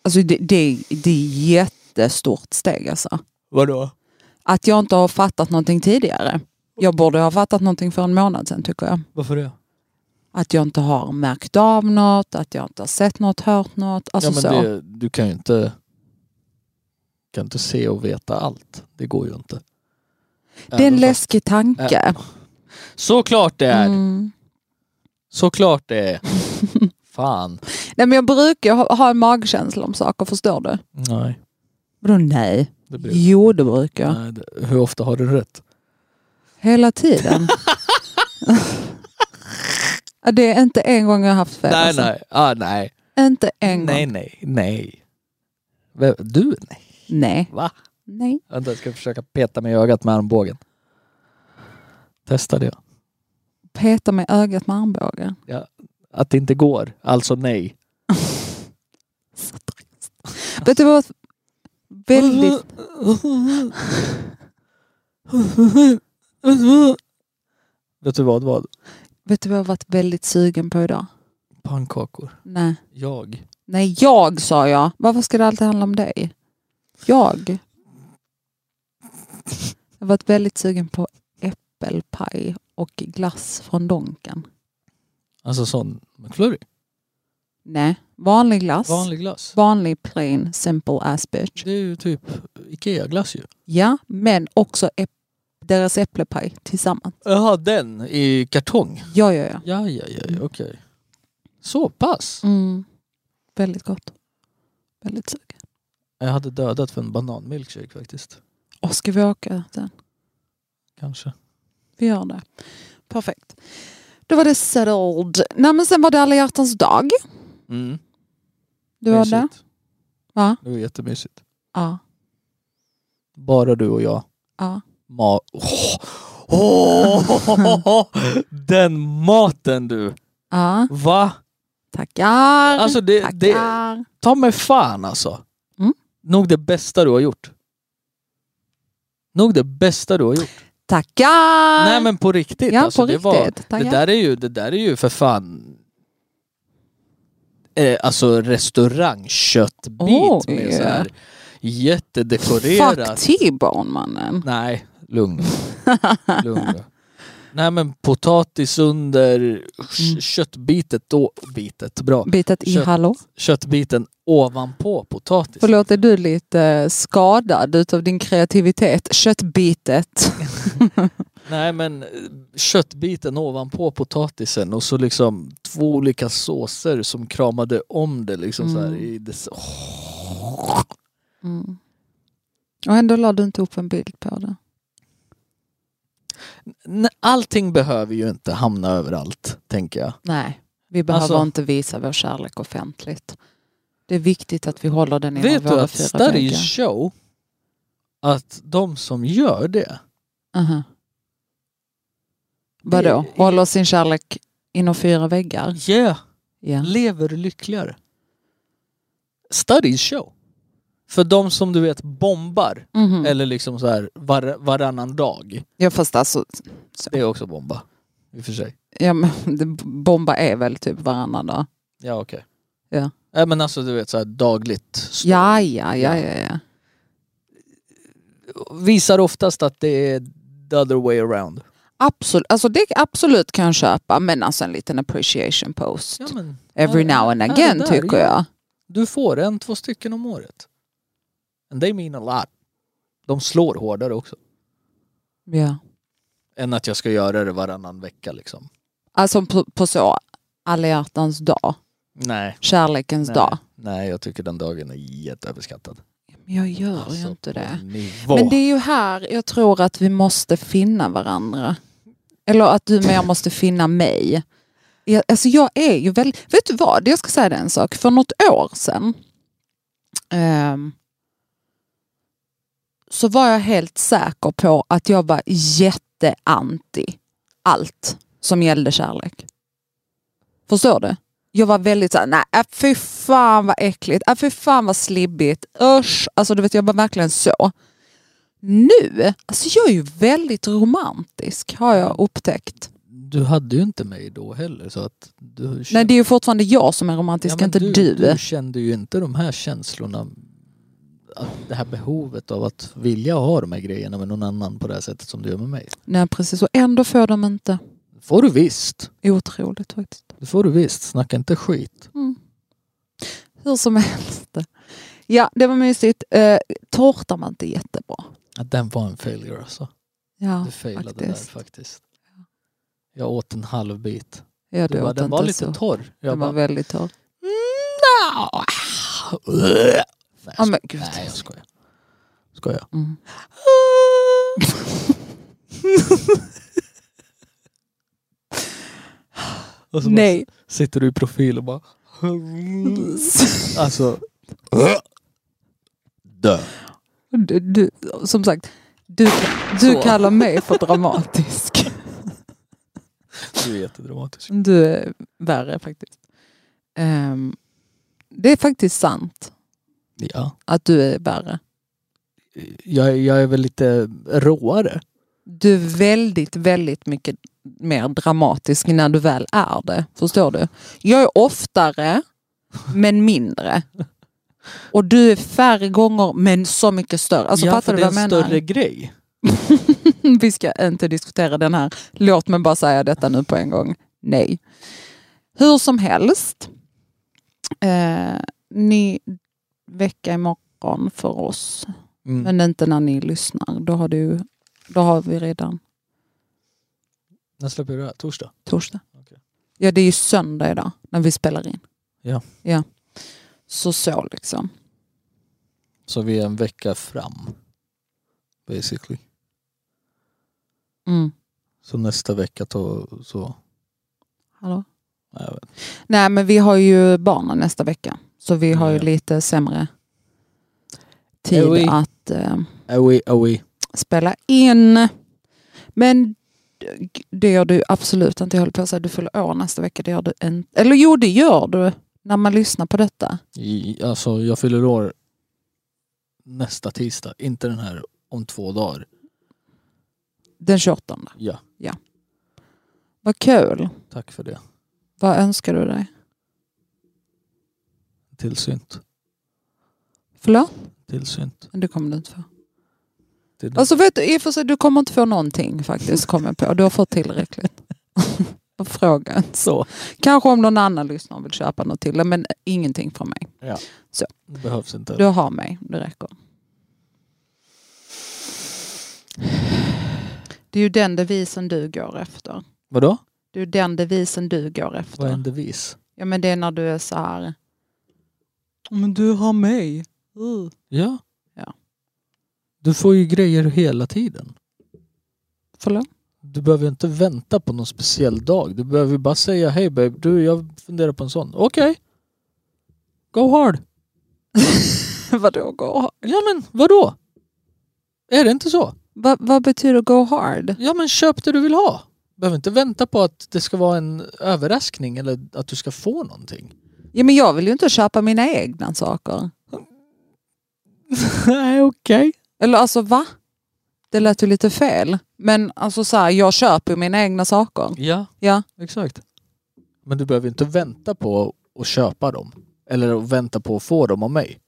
Speaker 1: Alltså det, det, det är jättestort steg alltså.
Speaker 2: Vadå?
Speaker 1: Att jag inte har fattat någonting tidigare. Jag borde ha fattat någonting för en månad sedan tycker jag.
Speaker 2: Varför det?
Speaker 1: Att jag inte har märkt av något, att jag inte har sett något, hört något. Alltså
Speaker 2: ja, men
Speaker 1: så.
Speaker 2: Det, du kan ju inte. Kan inte se och veta allt. Det går ju inte.
Speaker 1: det är en
Speaker 2: Även fast-
Speaker 1: läskig tanke.
Speaker 2: Såklart det är.
Speaker 1: Mm.
Speaker 2: Såklart det är. Fan.
Speaker 1: Nej men jag brukar ha, ha en magkänsla om saker, förstår du?
Speaker 2: Nej.
Speaker 1: Vadå nej?
Speaker 2: Det blir...
Speaker 1: Jo det brukar jag.
Speaker 2: Nej, det- Eh, Hur ofta har du rätt?
Speaker 1: Hela tiden. Ja, det är inte en gång jag har haft fel.
Speaker 2: nej,
Speaker 1: alltså.
Speaker 2: nej. Ah, nej.
Speaker 1: Inte en
Speaker 2: nej,
Speaker 1: gång.
Speaker 2: nej, nej. Vem- Du? Nej.
Speaker 1: Nej.
Speaker 2: Va?
Speaker 1: nej.
Speaker 2: Vänta, jag ska försöka peta mig i ögat med armbågen. Testa det.
Speaker 1: Peta mig i ögat med armbågen.
Speaker 2: Att det inte går. Alltså nej.
Speaker 1: Vet du vad? Väldigt...
Speaker 2: Vet du vad? vad?
Speaker 1: Vet du vad jag har varit väldigt sugen på idag?
Speaker 2: Pannkakor.
Speaker 1: Nej.
Speaker 2: Jag.
Speaker 1: Nej, jag sa jag. Varför ska det alltid handla om dig? Jag. Jag har varit väldigt sugen på äppelpaj och glass från Donken.
Speaker 2: Alltså sån McFlurry.
Speaker 1: Nej, vanlig glass. Vanlig,
Speaker 2: Vanlig glass.
Speaker 1: plain simple as bitch.
Speaker 2: Det är ju typ Ikea-glass ju.
Speaker 1: Ja, men också äpp- deras äppelpaj tillsammans.
Speaker 2: Jaha, den i kartong.
Speaker 1: Ja, ja, ja.
Speaker 2: Ja, ja, ja, ja okej. Så pass.
Speaker 1: Mm. Väldigt gott. Väldigt sugen.
Speaker 2: Jag hade dödat för en bananmilkshake faktiskt.
Speaker 1: Och ska vi åka sen?
Speaker 2: Kanske.
Speaker 1: Vi gör det. Perfekt. Då var det settled. Nej, men sen var det alla hjärtans dag.
Speaker 2: Mm.
Speaker 1: Du var där? Va?
Speaker 2: Det var jättemysigt.
Speaker 1: Ja.
Speaker 2: Bara du och jag.
Speaker 1: ja.
Speaker 2: Ma- Åh! Åh! Den maten du!
Speaker 1: ja.
Speaker 2: Va?
Speaker 1: Tackar.
Speaker 2: Alltså det, det
Speaker 1: Tackar.
Speaker 2: ta mig fan alltså.
Speaker 1: Mm.
Speaker 2: Nog det bästa du har gjort. Nog det bästa du har gjort.
Speaker 1: Tackar.
Speaker 2: Nej men på riktigt.
Speaker 1: ja,
Speaker 2: alltså,
Speaker 1: på
Speaker 2: det
Speaker 1: riktigt.
Speaker 2: Var,
Speaker 1: Tackar.
Speaker 2: Det där är ju, det där är ju för fan eh, alltså restaurangköttbit
Speaker 1: Oj.
Speaker 2: med så här
Speaker 1: Fuck
Speaker 2: jättedekorerat.
Speaker 1: T-bone mannen.
Speaker 2: Nej, lugn. lugn. då. Nej men potatis under k-
Speaker 1: Mm.
Speaker 2: köttbitet då, bitet, bra.
Speaker 1: Bitet i
Speaker 2: Kött.
Speaker 1: hallå.
Speaker 2: Köttbiten ovanpå potatis.
Speaker 1: Förlåt, är du lite skadad utav din kreativitet? Köttbitet.
Speaker 2: Nej men eh, köttbiten ovanpå potatisen och så liksom två olika såser som kramade om det liksom så här
Speaker 1: Mm.
Speaker 2: i dess...
Speaker 1: Mm. Och ändå la du inte upp en bild på det.
Speaker 2: N- Allting behöver ju inte hamna överallt, tänker jag.
Speaker 1: Nej, vi behöver
Speaker 2: Alltså-
Speaker 1: inte visa vår kärlek offentligt. Det är viktigt att vi håller den inom
Speaker 2: Vet du
Speaker 1: våra
Speaker 2: att
Speaker 1: fyra
Speaker 2: studies
Speaker 1: väggar.
Speaker 2: show att de som gör det,
Speaker 1: Aha. Vadå?
Speaker 2: Det-
Speaker 1: Håller sin kärlek inom fyra väggar?
Speaker 2: yeah,
Speaker 1: Ja.
Speaker 2: lever lyckligare. Studies show. För de som du vet bombar,
Speaker 1: Mhm.
Speaker 2: eller liksom så här var, varannan dag,
Speaker 1: Ja fast alltså,
Speaker 2: det är också bomba. I och för sig.
Speaker 1: ja, men, det- bomba är väl typ varannan dag?
Speaker 2: Ja okej.
Speaker 1: Ja.
Speaker 2: Nej men alltså du vet så här dagligt. stå-
Speaker 1: Ja, ja, ja, ja. ja.
Speaker 2: Visar oftast att det är the other way around.
Speaker 1: Absolut, alltså det absolut kan jag köpa men alltså en liten appreciation post.
Speaker 2: Ja, men,
Speaker 1: Every
Speaker 2: ja,
Speaker 1: now and
Speaker 2: ja, det
Speaker 1: again
Speaker 2: där,
Speaker 1: tycker
Speaker 2: ja.
Speaker 1: jag.
Speaker 2: Du får en, två stycken om året. And they mean a lot. De slår hårdare också.
Speaker 1: Ja.
Speaker 2: Än att jag ska göra det varannan vecka liksom.
Speaker 1: Alltså på, på så, alla hjärtans dag,
Speaker 2: Nej.
Speaker 1: kärlekens
Speaker 2: Nej.
Speaker 1: dag.
Speaker 2: Nej, jag tycker den dagen är jätteöverskattad.
Speaker 1: Men jag gör ju
Speaker 2: Alltså,
Speaker 1: inte
Speaker 2: på
Speaker 1: det.
Speaker 2: Nivå.
Speaker 1: Men det är ju här jag tror att vi måste finna varandra. Eller att du med måste finna mig. Jag, alltså jag är ju väldigt, vet du vad, jag ska säga dig en sak. För något år sedan ehm, så var jag helt säker på att jag var jätteanti allt som gällde kärlek. Förstår du? jag var väldigt såhär, nej äh, fy fan vad äckligt, äh, fy fan vad slibbigt, usch. Alltså du vet jag var verkligen så. Nu, alltså jag är ju väldigt romantisk har
Speaker 2: Mm.
Speaker 1: jag upptäckt.
Speaker 2: Du hade ju inte mig då heller så att du kände,
Speaker 1: Nej det är ju fortfarande jag som är romantisk,
Speaker 2: men
Speaker 1: inte du.
Speaker 2: du. Du kände ju inte de här känslorna, att det här behovet av att vilja ha de här grejerna med någon annan på det här sättet som du gör med mig.
Speaker 1: Nej precis, och ändå får de inte.
Speaker 2: får du visst.
Speaker 1: Otroligt faktiskt.
Speaker 2: Det får du visst. Snacka inte skit.
Speaker 1: Hur som helst. Ja, det var mysigt. Eh, tårta var inte jättebra.
Speaker 2: Ja, Den var en failure alltså.
Speaker 1: Ja,
Speaker 2: Du failade
Speaker 1: faktiskt.
Speaker 2: där faktiskt. Jag åt en halv bit.
Speaker 1: jag
Speaker 2: Du bara,
Speaker 1: åt
Speaker 2: den var
Speaker 1: inte
Speaker 2: lite
Speaker 1: så.
Speaker 2: torr. Jag
Speaker 1: Den var
Speaker 2: bara,
Speaker 1: väldigt torr.
Speaker 2: "Nja." Nej, jag
Speaker 1: Ja,
Speaker 2: skojar.
Speaker 1: men gud.
Speaker 2: Alltså, Nej, jag skojar. Skojar.
Speaker 1: Mm.
Speaker 2: Och så
Speaker 1: Nej.
Speaker 2: bara sitter du i profil och bara... Alltså... Dö.
Speaker 1: Du, du, som sagt, du,
Speaker 2: Så.
Speaker 1: du kallar mig för dramatisk.
Speaker 2: Du är jättedramatisk.
Speaker 1: Du är värre faktiskt. Ehm, det är faktiskt sant
Speaker 2: Ja.
Speaker 1: att du är värre.
Speaker 2: Jag, jag är väl lite råare.
Speaker 1: Du är väldigt, väldigt mycket mer dramatisk när du väl är det. Förstår du? Jag är oftare, men mindre. Och du är färre gånger, men så mycket större. Alltså,
Speaker 2: ja,
Speaker 1: fattar
Speaker 2: för
Speaker 1: du
Speaker 2: det är
Speaker 1: vad
Speaker 2: en
Speaker 1: jag menar?
Speaker 2: större grej.
Speaker 1: Vi ska inte diskutera den här. Låt mig bara säga detta nu på en gång. Nej. Hur som helst. Eh, ny vecka imorgon för oss.
Speaker 2: Mm.
Speaker 1: Men inte när ni lyssnar. Då har, du, då har vi redan
Speaker 2: När släpper du det här? Torsdag?
Speaker 1: torsdag.
Speaker 2: Okej.
Speaker 1: Ja, det är ju söndag idag när vi spelar in.
Speaker 2: Ja.
Speaker 1: ja. Så så liksom.
Speaker 2: Så vi är en vecka fram. Basically.
Speaker 1: Mm.
Speaker 2: Så nästa vecka då, så...
Speaker 1: Hallå?
Speaker 2: Nej, jag vet inte.
Speaker 1: Nej, men vi har ju barnen nästa vecka. Så vi har ju
Speaker 2: Ja.
Speaker 1: lite sämre tid
Speaker 2: Oj.
Speaker 1: att... Eh,
Speaker 2: Away, away.
Speaker 1: spela in. Men det gör du absolut inte. Jag höll på att säga du fyller år nästa vecka. Det gör du inte. Eller jo, det gör du när man lyssnar på detta.
Speaker 2: I, alltså jag fyller år nästa tisdag. Inte den här om två dagar.
Speaker 1: Den 28.
Speaker 2: Ja,
Speaker 1: Vad kul.
Speaker 2: tack för det.
Speaker 1: Vad önskar du dig?
Speaker 2: Tillsynt.
Speaker 1: Förlåt?
Speaker 2: Tillsynt.
Speaker 1: Men det kommer du inte få.
Speaker 2: Till
Speaker 1: Alltså vet du, i och för sig, du kommer inte få någonting faktiskt, kom jag på. Du har fått tillräckligt. Frågan.
Speaker 2: så.
Speaker 1: Kanske om någon annan lyssnare vill köpa något till dig, men ingenting från mig.
Speaker 2: Det behövs inte.
Speaker 1: Du har mig, det räcker. Det är ju den devisen du går efter.
Speaker 2: Vadå?
Speaker 1: Det är ju den devisen du går
Speaker 2: Vad är
Speaker 1: efter.
Speaker 2: en devis?
Speaker 1: Ja men det är när du är så här. Men du har mig. Uh.
Speaker 2: Ja.
Speaker 1: Ja.
Speaker 2: Du får ju grejer hela tiden.
Speaker 1: Förlåt?
Speaker 2: Du behöver ju inte vänta på någon speciell dag. Du behöver ju bara säga hej babe, du jag funderar på en sån. Okej. Go hard.
Speaker 1: Vadå go hard?
Speaker 2: Ja men vadå? Är det inte så?
Speaker 1: Va, vad betyder go hard?
Speaker 2: Ja men köp det du vill ha. Behöver inte vänta på att det ska vara en överraskning eller att du ska få någonting.
Speaker 1: Ja men jag vill ju inte köpa mina egna saker.
Speaker 2: Nej okej.
Speaker 1: Eller alltså va? Det lät ju lite fel. Men alltså så här, jag köper ju mina egna saker.
Speaker 2: Ja.
Speaker 1: Ja.
Speaker 2: Exakt. Men du behöver inte vänta på att köpa dem. Eller att vänta på att få dem av mig.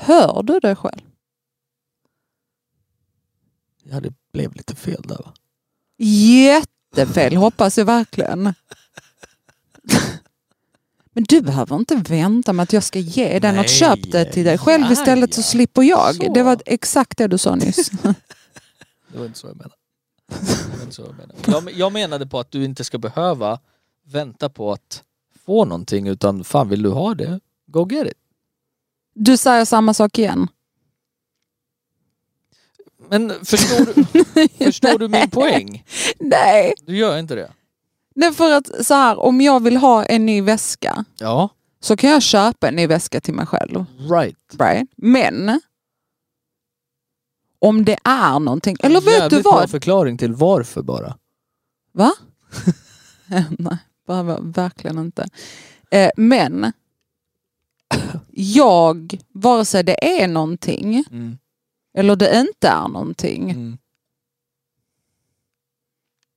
Speaker 1: Hör du det själv?
Speaker 2: Ja det blev lite fel där va?
Speaker 1: Jättefel hoppas jag verkligen. Men du behöver inte vänta med att jag ska ge dig något.
Speaker 2: Nej,
Speaker 1: Köp det till dig själv
Speaker 2: ja,
Speaker 1: istället så
Speaker 2: ja.
Speaker 1: slipper jag.
Speaker 2: Så.
Speaker 1: Det var exakt det du sa nyss.
Speaker 2: Det var inte så jag menade. Det var inte så jag, menade. Jag, men- jag menade på att du inte ska behöva vänta på att få någonting utan fan vill du ha det, go get it.
Speaker 1: Du säger samma sak igen.
Speaker 2: Men förstår du, förstår du min poäng?
Speaker 1: Nej,
Speaker 2: Du gör inte det?
Speaker 1: Nej för att så här, om jag vill ha en ny väska
Speaker 2: Ja.
Speaker 1: så kan jag köpa en ny väska till mig själv.
Speaker 2: Right.
Speaker 1: Right? Men Om det är någonting. Eller vet du
Speaker 2: Jävligt bra
Speaker 1: vad?
Speaker 2: förklaring till varför bara.
Speaker 1: Va? Nej, behöver jag verkligen inte. Eh, men jag, vare sig det är någonting
Speaker 2: Mm.
Speaker 1: eller det inte är någonting.
Speaker 2: Mm.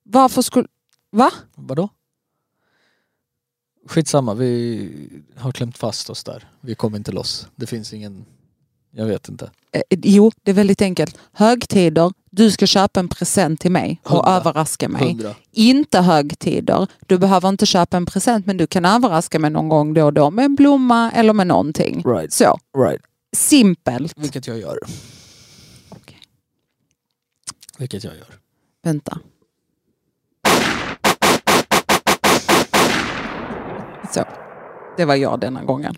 Speaker 1: Varför skulle... Va?
Speaker 2: Vadå? Skitsamma, vi har klämt fast oss där. Vi kommer inte loss. Det finns ingen... Jag vet inte.
Speaker 1: Eh, jo, det är väldigt enkelt. Högtider, du ska köpa en present till mig och
Speaker 2: Hundra.
Speaker 1: överraska mig.
Speaker 2: Hundra.
Speaker 1: Inte högtider, du behöver inte köpa en present men du kan överraska mig någon gång då och då med en blomma eller med någonting.
Speaker 2: Right,
Speaker 1: Så,
Speaker 2: right.
Speaker 1: simpelt.
Speaker 2: Vilket jag gör.
Speaker 1: Okej.
Speaker 2: Vilket jag gör.
Speaker 1: Vänta. Så, det var jag denna gången.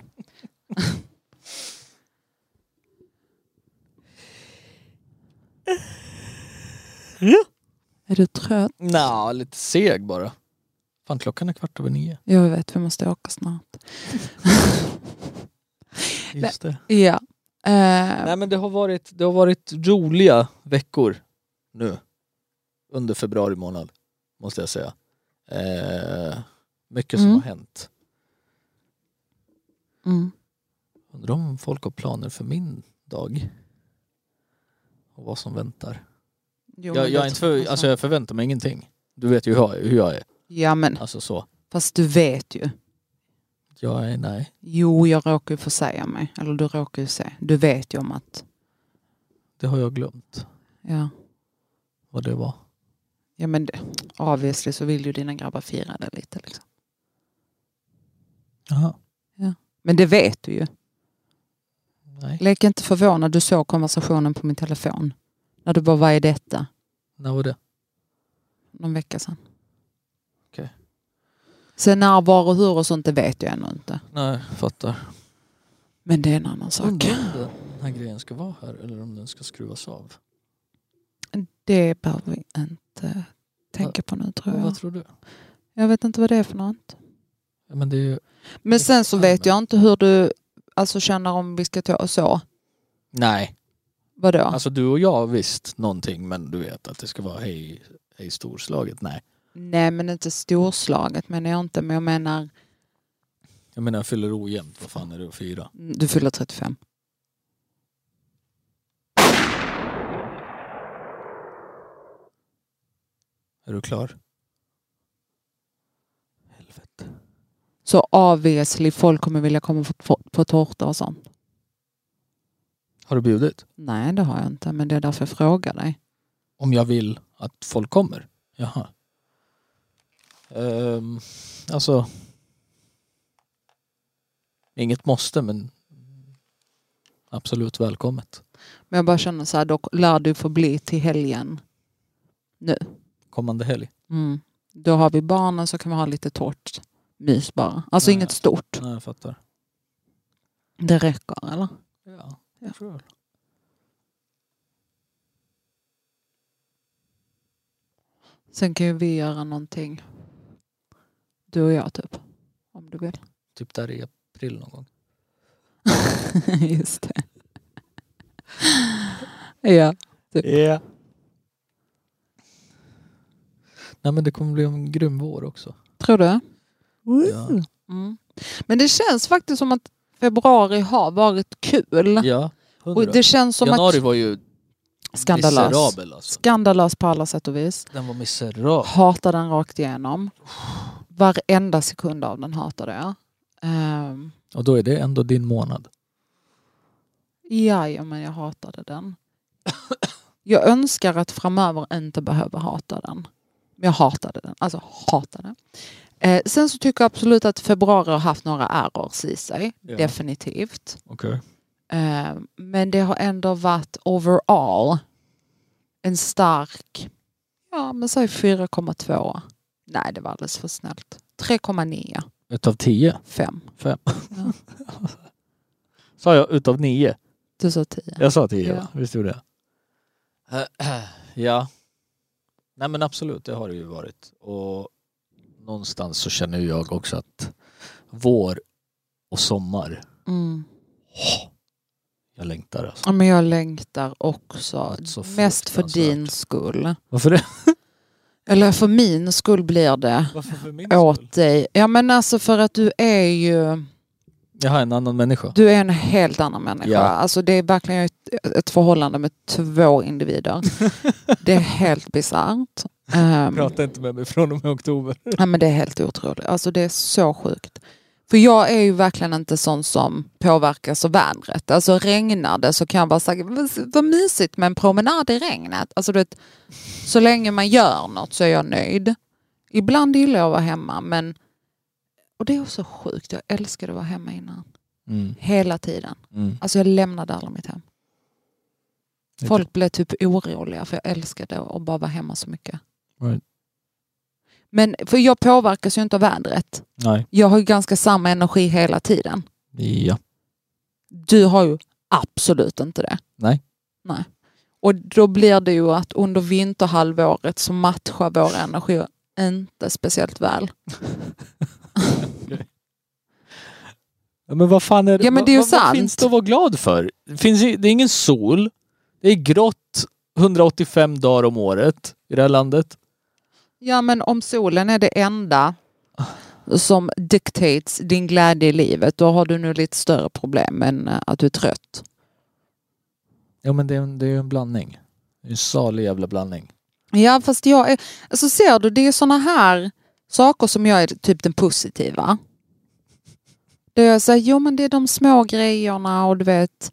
Speaker 1: Är du trött?
Speaker 2: Nja, lite seg bara. Fan, klockan är kvart över nio.
Speaker 1: Jag vet, vi måste åka snart.
Speaker 2: Just det.
Speaker 1: Ja. Eh,
Speaker 2: Nej men det har varit, det har varit roliga veckor nu. Under februari månad, måste jag säga. Eh, mycket som
Speaker 1: Mm.
Speaker 2: har hänt.
Speaker 1: Mm.
Speaker 2: Undrar om folk har planer för min dag. Och vad som väntar.
Speaker 1: Jo, men
Speaker 2: jag, jag,
Speaker 1: det
Speaker 2: är inte
Speaker 1: tror
Speaker 2: för,
Speaker 1: jag
Speaker 2: alltså
Speaker 1: så.
Speaker 2: jag förväntar mig ingenting. Du vet ju hur jag, hur jag är.
Speaker 1: Ja men,
Speaker 2: Alltså så.
Speaker 1: fast du vet ju.
Speaker 2: Jag är, nej.
Speaker 1: Jo, jag råkar ju få säga mig. Eller du råkar ju säga. Du vet ju om att...
Speaker 2: Det har jag glömt.
Speaker 1: Ja.
Speaker 2: Vad det var.
Speaker 1: Ja men det, obviously så vill ju dina grabbar fira det lite. Liksom.
Speaker 2: Jaha.
Speaker 1: Men det vet du ju.
Speaker 2: Nej.
Speaker 1: Lek inte förvånad, du såg konversationen på min telefon. När du bara, vad är detta?
Speaker 2: När var det?
Speaker 1: Någon vecka sedan.
Speaker 2: Okej.
Speaker 1: Sen när, var och hur och sånt, det vet jag ännu inte.
Speaker 2: Nej, fattar.
Speaker 1: Men det är en annan sak.
Speaker 2: Undrar om den här grejen ska vara här eller om den ska skruvas av.
Speaker 1: Det behöver vi inte tänka på nu tror
Speaker 2: Men
Speaker 1: jag.
Speaker 2: Vad tror du?
Speaker 1: Jag vet inte vad det är för något.
Speaker 2: Ja, men det är ju...
Speaker 1: Men sen så vet jag inte hur du alltså, känner om vi ska ta och så.
Speaker 2: Nej,
Speaker 1: Vadå?
Speaker 2: alltså du och jag visst någonting men du vet att det ska vara hej, hej storslaget. Nej,
Speaker 1: Nej men inte storslaget menar jag inte. Men jag menar,
Speaker 2: jag menar jag fyller ojämnt. Vad fan är det att fira?
Speaker 1: du fyller 35.
Speaker 2: Är du klar? Helvete.
Speaker 1: Så obviously folk kommer vilja komma på, på, på tårta och sånt.
Speaker 2: Har du bjudit?
Speaker 1: Nej det har jag inte men det är därför jag frågar dig.
Speaker 2: Om jag vill att folk kommer? Jaha. Um, alltså... Inget måste men absolut välkommet.
Speaker 1: Men jag bara känner så här, då lär du få bli till helgen.
Speaker 2: Kommande helg.
Speaker 1: Mm. Då har vi barnen så kan vi ha lite torrt mys bara. Alltså
Speaker 2: Ja,
Speaker 1: inget
Speaker 2: ja.
Speaker 1: stort.
Speaker 2: Nej, jag fattar.
Speaker 1: Det räcker eller?
Speaker 2: Ja,
Speaker 1: Ja.
Speaker 2: tror jag.
Speaker 1: Sen kan ju vi göra någonting. Du och jag typ. Om du vill.
Speaker 2: Typ där i april någon gång.
Speaker 1: Just det. ja.
Speaker 2: Ja. Nej men det kommer bli en grym vår också.
Speaker 1: Tror du?
Speaker 2: Ja.
Speaker 1: Mm. Men det känns faktiskt som att februari har varit kul.
Speaker 2: Ja, hundra.
Speaker 1: och det känns som
Speaker 2: Januari
Speaker 1: att...
Speaker 2: var ju
Speaker 1: Skandalös.
Speaker 2: miserabel alltså.
Speaker 1: Skandalös på alla sätt och vis.
Speaker 2: Den var miserabel.
Speaker 1: Hatar den rakt igenom. Varenda sekund av den hatade jag. Um,
Speaker 2: Och då är det ändå din månad.
Speaker 1: ja, men jag hatade den. Jag önskar att framöver inte behöva hata den. Men jag hatade den. Alltså hatade. Eh, sen så tycker jag absolut att februari har haft några errors i sig.
Speaker 2: Ja.
Speaker 1: Definitivt.
Speaker 2: Okej.
Speaker 1: Eh, Men det har ändå varit overall en stark, ja men säg 4,2. Nej det var alldeles för snällt. 3,9,
Speaker 2: Utav tio?
Speaker 1: 5.
Speaker 2: Fem?
Speaker 1: Ja.
Speaker 2: sa jag utav nio?
Speaker 1: Du sa 10.
Speaker 2: Jag sa tio
Speaker 1: Ja.
Speaker 2: va? Visst gjorde jag? ja. Nej men absolut, det har det ju varit. Och någonstans så känner ju jag också att vår och sommar
Speaker 1: Mm.
Speaker 2: Jag jag längtar. Alltså.
Speaker 1: Ja, men jag längtar också.
Speaker 2: Något så
Speaker 1: Mest för
Speaker 2: fruktansvärt.
Speaker 1: din skull.
Speaker 2: Varför det?
Speaker 1: Eller för min skull blir det.
Speaker 2: Varför för min skull?
Speaker 1: Åt dig. Ja men alltså för att du är ju
Speaker 2: Jag har en annan människa.
Speaker 1: du är en helt annan människa.
Speaker 2: Typ. Ja.
Speaker 1: Alltså det är verkligen ett, ett förhållande med två individer. det är helt bisarrt. Ehm,
Speaker 2: Prata inte med mig från och med oktober.
Speaker 1: Ja, men det är helt otroligt. Alltså det är så sjukt. För jag är ju verkligen inte sån som påverkas av vädret. Alltså regnar det så kan jag bara säga, "Vad- vad mysigt med en promenad i regnet. Alltså du vet, så länge man gör något så är jag nöjd. Ibland gillar jag att vara hemma men, och det är också sjukt, jag älskade att vara hemma innan.
Speaker 2: Mm.
Speaker 1: Hela tiden.
Speaker 2: Mm.
Speaker 1: Alltså jag lämnade aldrig mitt hem. Folk blev typ oroliga för jag älskade att bara vara hemma så mycket.
Speaker 2: Right.
Speaker 1: Men för jag påverkas ju inte av vädret.
Speaker 2: Nej.
Speaker 1: Jag har ju ganska samma energi hela tiden.
Speaker 2: Ja.
Speaker 1: Du har ju absolut inte det.
Speaker 2: Nej.
Speaker 1: Nej. Och då blir det ju att under vinterhalvåret så matchar vår energi inte speciellt väl.
Speaker 2: Ja, Men vad fan är det?
Speaker 1: Ja, men det är ju
Speaker 2: vad, vad, vad
Speaker 1: sant.
Speaker 2: finns det att vara glad för? Det, finns, ju- det är ingen sol. Det är grått 185 dagar om året i det här landet.
Speaker 1: Ja men om solen är det enda som dictates din glädje i livet då har du nu lite större problem än eh, att du är trött.
Speaker 2: Ja men det är, en- det är ju en blandning. Det är En salig jävla blandning.
Speaker 1: Ja fast jag är, alltså ser du det är såna här saker som jag är typ den positiva. Där jag säger jo men det är de små grejerna och du vet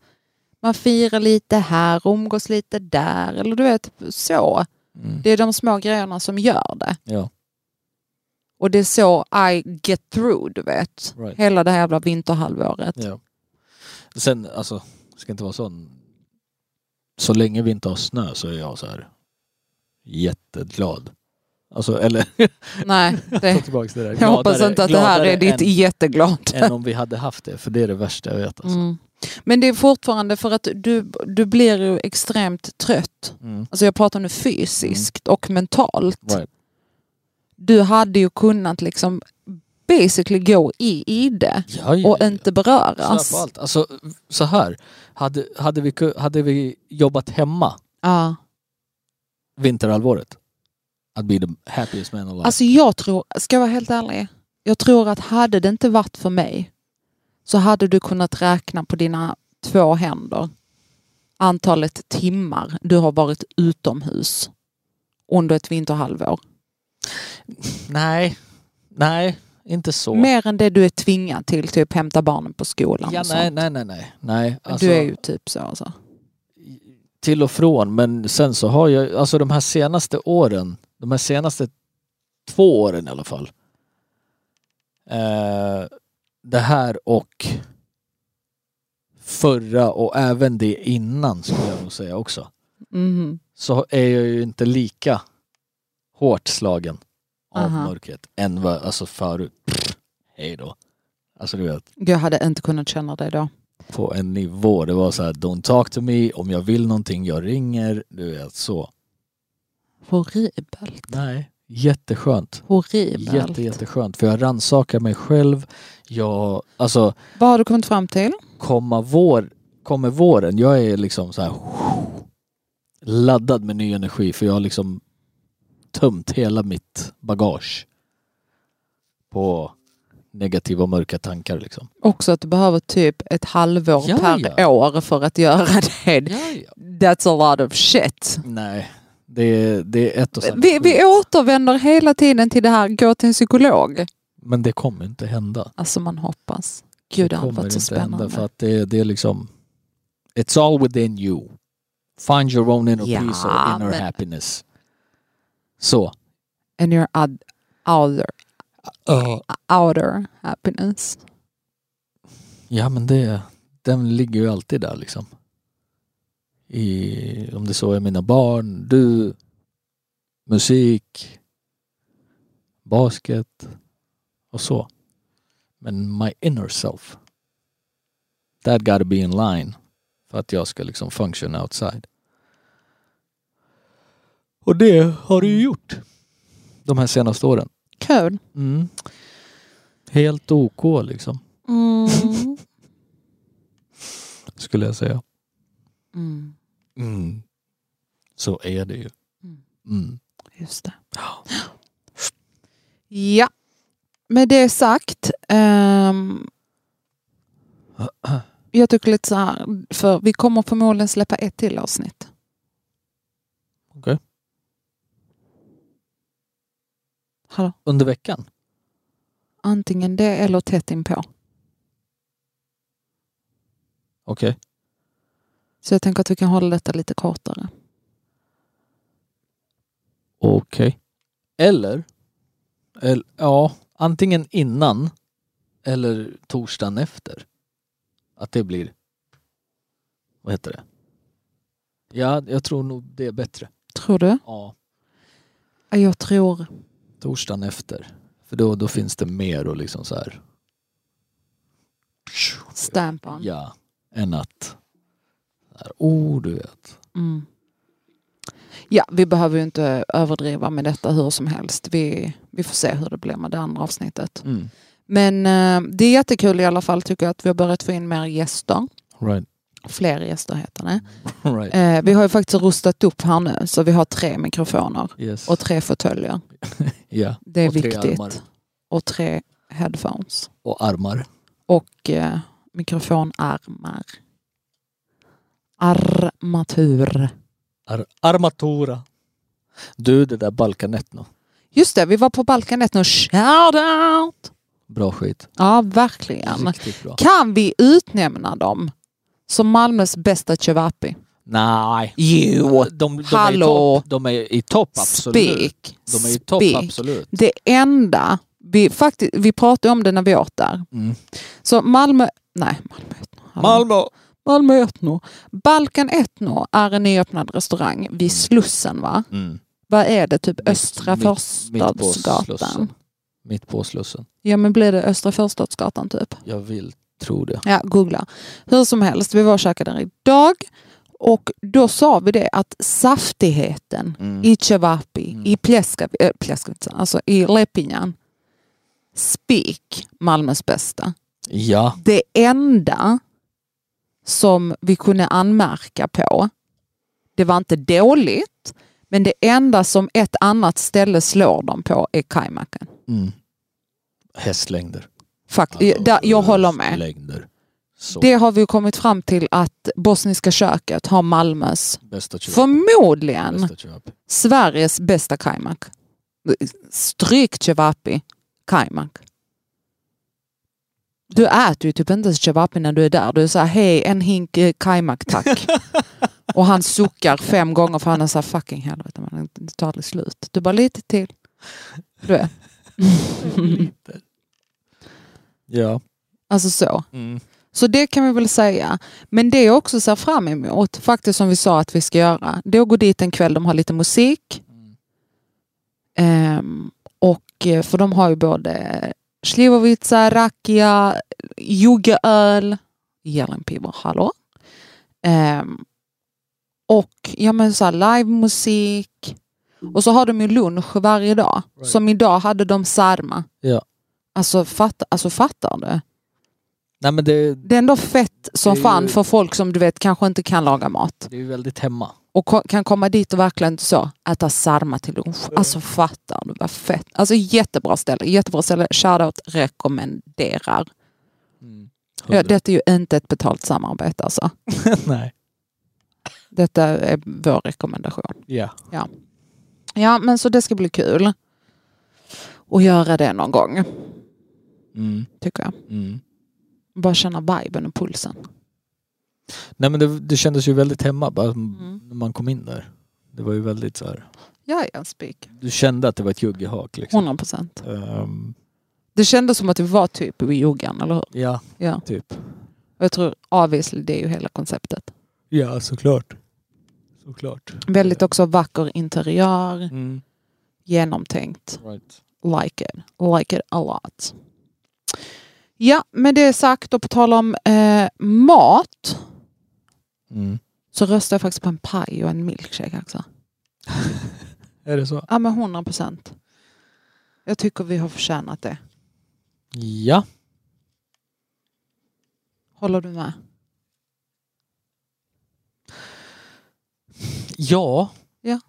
Speaker 1: man firar lite här och umgås lite där eller du vet så.
Speaker 2: Mm.
Speaker 1: Det är de små grejerna som gör det.
Speaker 2: Ja.
Speaker 1: Och det är så I get through du vet.
Speaker 2: Right.
Speaker 1: Hela det här jävla vinterhalvåret.
Speaker 2: Ja. Sen, alltså, det ska inte vara sån. Så länge vi inte har snö så är jag så här jätteglad. Alltså, eller
Speaker 1: Nej,
Speaker 2: ta
Speaker 1: det,
Speaker 2: tillbaka det där.
Speaker 1: Eh, jag hoppas
Speaker 2: Gladare-
Speaker 1: inte att det här är
Speaker 2: gladare
Speaker 1: ditt jätteglad.
Speaker 2: än, än om vi hade haft det, för det är det värsta jag vet. Alltså.
Speaker 1: Mm. Men det är fortfarande för att du, du blir ju extremt trött.
Speaker 2: Mm.
Speaker 1: Alltså jag pratar nu fysiskt och mentalt.
Speaker 2: Right.
Speaker 1: Du hade ju kunnat liksom basically gå i, i det
Speaker 2: Ja, ja,
Speaker 1: och
Speaker 2: ja.
Speaker 1: inte
Speaker 2: Snö på
Speaker 1: beröras.
Speaker 2: allt. Alltså, så här, hade, hade, vi, ku- hade vi jobbat hemma
Speaker 1: Ja.
Speaker 2: vinterhalvåret, I'd be the happiest man alive.
Speaker 1: Alltså jag tror, ska jag vara helt ärlig, jag tror att hade det inte varit för mig så hade du kunnat räkna på dina två händer antalet timmar du har varit utomhus under ett vinterhalvår.
Speaker 2: nej, nej, inte så.
Speaker 1: Mer än det du är tvingad till, typ hämta barnen på skolan
Speaker 2: ja,
Speaker 1: och sånt.
Speaker 2: nej, nej, nej, nej. nej alltså-
Speaker 1: Du är ju typ så alltså.
Speaker 2: till och från men sen så har jag, alltså de här senaste åren, de här senaste två åren i alla fall. Eh, det här och förra och även det innan skulle jag nog säga också.
Speaker 1: Mhm.
Speaker 2: Så är jag ju inte lika hårt slagen av
Speaker 1: Aha.
Speaker 2: mörkret än vad, alltså förut. Pff, Hej då. Alltså du vet,
Speaker 1: Jag hade inte kunnat känna dig då.
Speaker 2: på en nivå. Det var så här, don't talk to me, om jag vill någonting, jag ringer. Du vet så.
Speaker 1: Horribelt.
Speaker 2: Nej, jätteskönt.
Speaker 1: Horribelt.
Speaker 2: Jätte, jätteskönt. För jag rannsakar mig själv. Jag, alltså,
Speaker 1: Vad har du kommit fram till?
Speaker 2: komma vår, kommer våren. Jag är liksom så här laddad med ny energi för jag har liksom tömt hela mitt bagage på negativa mörka tankar liksom.
Speaker 1: Också att du behöver typ ett halvår
Speaker 2: Ja,
Speaker 1: per
Speaker 2: ja.
Speaker 1: år för att göra det. That's a lot of shit.
Speaker 2: Nej, det är, det är ett och samma.
Speaker 1: Vi,
Speaker 2: skit.
Speaker 1: vi återvänder hela tiden till det här, gå till en psykolog.
Speaker 2: Men det kommer inte hända.
Speaker 1: Alltså man hoppas. Gud det
Speaker 2: det
Speaker 1: hade
Speaker 2: kommer
Speaker 1: varit
Speaker 2: inte
Speaker 1: så spännande.
Speaker 2: hända för att det, det är liksom It's all within you. Find your own inner
Speaker 1: Ja,
Speaker 2: peace or inner
Speaker 1: men-
Speaker 2: happiness. Så.
Speaker 1: And your ad- outer, outer happiness.
Speaker 2: Ja men det, den ligger ju alltid där liksom. I, om det så är mina barn, du, musik, basket och så. Men my inner self, that gotta be in line för att jag ska liksom function outside. Och det har du ju gjort de här senaste åren.
Speaker 1: Kul.
Speaker 2: Mm. Helt OK liksom,
Speaker 1: Mm.
Speaker 2: skulle jag säga.
Speaker 1: Mm.
Speaker 2: Mm. Så är det ju.
Speaker 1: Mm.
Speaker 2: Mm.
Speaker 1: Just det. Ja, med det sagt. ehm,
Speaker 2: Mm.
Speaker 1: jag tycker lite så här, för vi kommer förmodligen släppa ett till avsnitt.
Speaker 2: Okej.
Speaker 1: Hallå?
Speaker 2: Under veckan?
Speaker 1: Antingen det eller tätt inpå.
Speaker 2: Okej.
Speaker 1: Så jag tänker att vi kan hålla detta lite kortare.
Speaker 2: Okej. Eller, eller, ja, antingen innan eller torsdagen efter. Att det blir, vad heter det? Ja, jag tror nog det är bättre.
Speaker 1: Tror du?
Speaker 2: Ja,
Speaker 1: Ja, Jag tror...
Speaker 2: torsdagen efter. För då, då finns det mer och liksom så här.
Speaker 1: Stamp on.
Speaker 2: Ja, än att, här, oh du vet.
Speaker 1: Mm. Ja, vi behöver ju inte överdriva med detta hur som helst. Vi, vi får se hur det blir med det andra avsnittet.
Speaker 2: Mm.
Speaker 1: Men eh, det är jättekul i alla fall tycker jag att vi har börjat få in mer gäster.
Speaker 2: Right,
Speaker 1: Fler gäster heter det.
Speaker 2: right.
Speaker 1: Eh, vi har ju faktiskt rustat upp här nu så vi har tre mikrofoner
Speaker 2: Yes.
Speaker 1: och tre fåtöljer.
Speaker 2: ja.
Speaker 1: Det är
Speaker 2: Och tre
Speaker 1: viktigt.
Speaker 2: armar.
Speaker 1: Och tre headphones.
Speaker 2: Och armar.
Speaker 1: Och eh, mikrofonarmar. Armatur.
Speaker 2: Ar- armatura. Du, det där Balkanet nå.
Speaker 1: Just det, vi var på Balkanet nu. Shout out!
Speaker 2: Bra skit.
Speaker 1: Ja, verkligen.
Speaker 2: Riktigt bra.
Speaker 1: Kan vi utnämna dem som Malmös bästa Cevapi?
Speaker 2: Nej.
Speaker 1: Jo!
Speaker 2: De, de,
Speaker 1: Hallå.
Speaker 2: Är i topp. de är i topp, absolut.
Speaker 1: Spik.
Speaker 2: De är i topp,
Speaker 1: Spik.
Speaker 2: absolut.
Speaker 1: Det enda, vi, faktiskt, vi pratade om det när vi åt där.
Speaker 2: Mm.
Speaker 1: Så Malmö, nej Malmö Etno. Hallå.
Speaker 2: Malmö!
Speaker 1: Malmö Etno. Balkan Etno är en nyöppnad restaurang vid Slussen va?
Speaker 2: Mm.
Speaker 1: Vad är det? Typ
Speaker 2: Mitt-
Speaker 1: Östra
Speaker 2: mitt- Mitt på
Speaker 1: Förstadsgatan?
Speaker 2: Slussen. Mitt på Slussen.
Speaker 1: Ja men blir det Östra Förstadsgatan typ?
Speaker 2: Jag vill tro det.
Speaker 1: Ja, googla. Hur som helst, vi var och käkade där idag och då sa vi det att saftigheten i cevapi,
Speaker 2: Mm.
Speaker 1: i pljeskavi, äh, pljeskavi, alltså i lepinjan, spik, Malmös bästa.
Speaker 2: Ja.
Speaker 1: Det enda som vi kunde anmärka på, det var inte dåligt, men det enda som ett annat ställe slår dem på är kajmakan.
Speaker 2: Mm. Hästlängder.
Speaker 1: Fakt, där, jag håller med.
Speaker 2: Hästlängder. Så.
Speaker 1: Det har vi ju kommit fram till att Bosniska köket har Malmös,
Speaker 2: Bästa köp.
Speaker 1: förmodligen
Speaker 2: Bästa köp.
Speaker 1: Sveriges bästa kajmak. Stryk cevapi, kajmak. Du äter ju typ inte cevapi när du är där. Du är såhär, hej en hink eh, kajmak tack. Och han suckar fem gånger för han är såhär, fucking helvete, man, det tar aldrig slut. Du bara, lite till. Du vet.
Speaker 2: Ja.
Speaker 1: Alltså så.
Speaker 2: Mm.
Speaker 1: Så det kan vi väl säga. Men det jag också ser fram emot, faktiskt som vi sa att vi ska göra, det är att gå dit en kväll, de har lite musik. Ehm, och, eh, för de har ju både slivovica, rakia, juggeöl, Jelenpiber, hallå. Ehm, och ja, men så här, livemusik. Och så har de ju lunch varje dag.
Speaker 2: Right.
Speaker 1: Som idag hade de sarma.
Speaker 2: Ja.
Speaker 1: Alltså, fatt, alltså fattar du?
Speaker 2: Nej men det,
Speaker 1: Det är ändå fett som
Speaker 2: Det är
Speaker 1: fan
Speaker 2: ju-
Speaker 1: för folk som du vet kanske inte kan laga mat.
Speaker 2: det är ju väldigt hemma.
Speaker 1: Och ko- kan komma dit och verkligen så äta sarma till lunch. Alltså fattar du vad fett. Alltså jättebra ställe. Jättebra ställe. Shoutout rekommenderar.
Speaker 2: Mm.
Speaker 1: Ja, detta är ju inte ett betalt samarbete alltså.
Speaker 2: Nej.
Speaker 1: Detta är vår rekommendation.
Speaker 2: Ja.
Speaker 1: Ja men så det ska bli kul. Och göra det någon gång
Speaker 2: Mm.
Speaker 1: tycker jag.
Speaker 2: Mm.
Speaker 1: Bara känna viben och pulsen.
Speaker 2: Nej men det, det kändes ju väldigt hemma bara
Speaker 1: Mm.
Speaker 2: när man kom in där. Det var ju väldigt så här.
Speaker 1: Ja, ja, spik.
Speaker 2: Du kände att det var ett juggehak liksom.
Speaker 1: 100 procent.
Speaker 2: Ehm,
Speaker 1: Det kändes som att vi var typ i yogan, eller hur?
Speaker 2: ja,
Speaker 1: Ja.
Speaker 2: typ.
Speaker 1: Och jag tror obviously det är ju hela konceptet.
Speaker 2: Ja, såklart. Såklart.
Speaker 1: Väldigt också vacker interiör,
Speaker 2: Mm.
Speaker 1: genomtänkt.
Speaker 2: Right.
Speaker 1: Like it. Like it a lot. Ja, med det sagt och på tal om eh, mat
Speaker 2: Mm.
Speaker 1: så röstar jag faktiskt på en paj och en milkshake också.
Speaker 2: Är det så?
Speaker 1: Ja men 100 procent. Jag tycker vi har förtjänat det.
Speaker 2: Ja.
Speaker 1: Håller du med?
Speaker 2: Ja.
Speaker 1: Ja.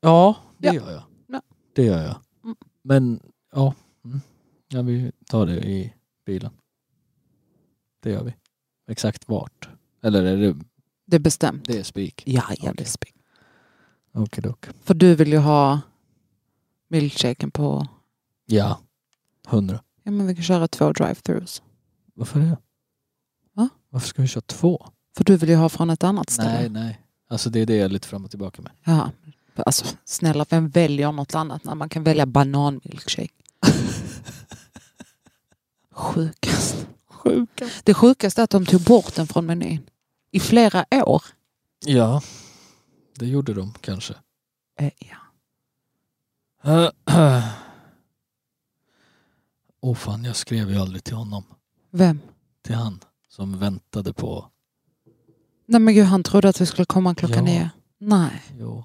Speaker 2: Ja, det
Speaker 1: Ja.
Speaker 2: gör jag.
Speaker 1: Ja.
Speaker 2: Det gör jag.
Speaker 1: Mm.
Speaker 2: Men ja. Mm. ja, vi tar det i bilen. Det gör vi. Exakt vart. Eller är det,
Speaker 1: Det är bestämt.
Speaker 2: det är spik?
Speaker 1: Ja, ja, det
Speaker 2: Okej.
Speaker 1: är spik.
Speaker 2: Okidok.
Speaker 1: För du vill ju ha milkshaken på...
Speaker 2: Ja. Hundra.
Speaker 1: Ja, men vi kan köra två drive-thrus.
Speaker 2: Varför det?
Speaker 1: Va?
Speaker 2: Varför ska vi köra två?
Speaker 1: För du vill ju ha från ett annat ställe.
Speaker 2: Nej, nej. Alltså det är det jag är lite fram och tillbaka med.
Speaker 1: Ja. Alltså, snälla, vem väljer något annat när man kan välja bananmilkshake? Sjukast.
Speaker 2: Sjukast.
Speaker 1: Det sjukaste är att de tog bort den från menyn. I flera år.
Speaker 2: Ja. Det gjorde de kanske.
Speaker 1: Eh, ja.
Speaker 2: Åh oh fan, jag skrev ju aldrig till honom.
Speaker 1: Vem?
Speaker 2: Till han som väntade på...
Speaker 1: Nej men gud, han trodde att vi skulle komma klockan
Speaker 2: Ja.
Speaker 1: nio. Nej.
Speaker 2: Jo,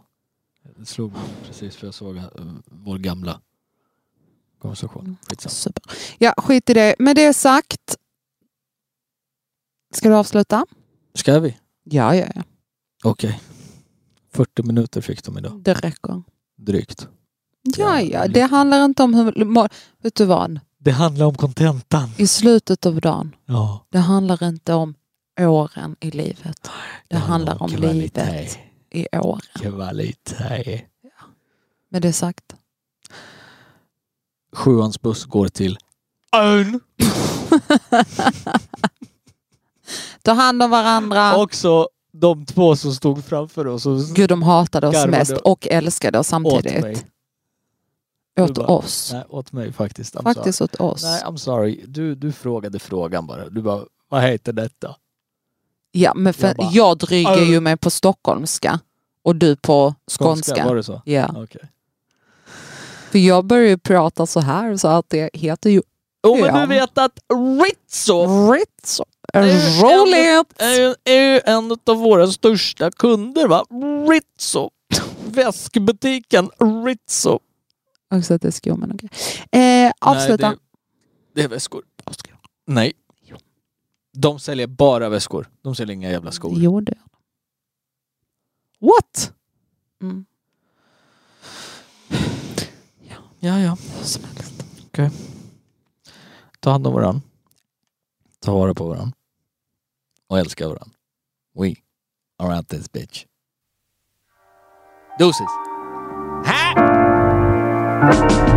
Speaker 2: det slog mig precis för jag såg eh, vår gamla konversation.
Speaker 1: Mm.
Speaker 2: Skitsamma.
Speaker 1: Super. Ja, skit i det. Med det sagt. Ska du avsluta?
Speaker 2: Ska vi?
Speaker 1: Ja, ja, ja.
Speaker 2: Okej. 40 minuter fick de idag.
Speaker 1: Det räcker.
Speaker 2: Drygt.
Speaker 1: Ja, ja. Det handlar inte om hur... må- Vet du vad?
Speaker 2: Det handlar om kontentan.
Speaker 1: I slutet av dagen.
Speaker 2: Ja.
Speaker 1: Det handlar inte om åren i livet. Det, handlar om
Speaker 2: kvalitet.
Speaker 1: livet i år.
Speaker 2: Kvalitet.
Speaker 1: Med det sagt.
Speaker 2: Sjuans buss går till ön.
Speaker 1: Ta hand om varandra.
Speaker 2: Också de två som stod framför oss. Och
Speaker 1: Gud, de hatade oss
Speaker 2: Garvade.
Speaker 1: mest och älskade oss
Speaker 2: åt
Speaker 1: samtidigt.
Speaker 2: mig.
Speaker 1: Åt
Speaker 2: Du bara,
Speaker 1: oss.
Speaker 2: Nej, åt mig faktiskt. I'm
Speaker 1: Faktiskt åt oss.
Speaker 2: Sorry. Nej, I'm sorry. Du, du frågade frågan bara. Du bara, vad heter detta?
Speaker 1: Ja, men för,
Speaker 2: Jag
Speaker 1: jag,
Speaker 2: bara,
Speaker 1: dryger
Speaker 2: "Arr."
Speaker 1: ju mig på stockholmska och du på skånska.
Speaker 2: Var det så?
Speaker 1: Ja.
Speaker 2: Okej.
Speaker 1: För jag börjar ju prata så här så att det heter ju
Speaker 2: Jo, men
Speaker 1: Ja.
Speaker 2: du vet att Ritzo
Speaker 1: Ritz.
Speaker 2: är-
Speaker 1: Roligt!
Speaker 2: är ju, är ju en av våra största kunder, va? Ritzo. Väskbutiken Ritzo.
Speaker 1: Och så att det är skor, men okej. Eh, avsluta.
Speaker 2: Nej, det, det är väskor. Nej. De säljer bara väskor. De säljer inga jävla skor.
Speaker 1: Jo, det.
Speaker 2: What?
Speaker 1: Mm.
Speaker 2: Ja, ja.
Speaker 1: hur som helst.
Speaker 2: Ta hand om varandra. Ta vara på varandra. Och älska varandra. We are at this bitch. Doses! Ha!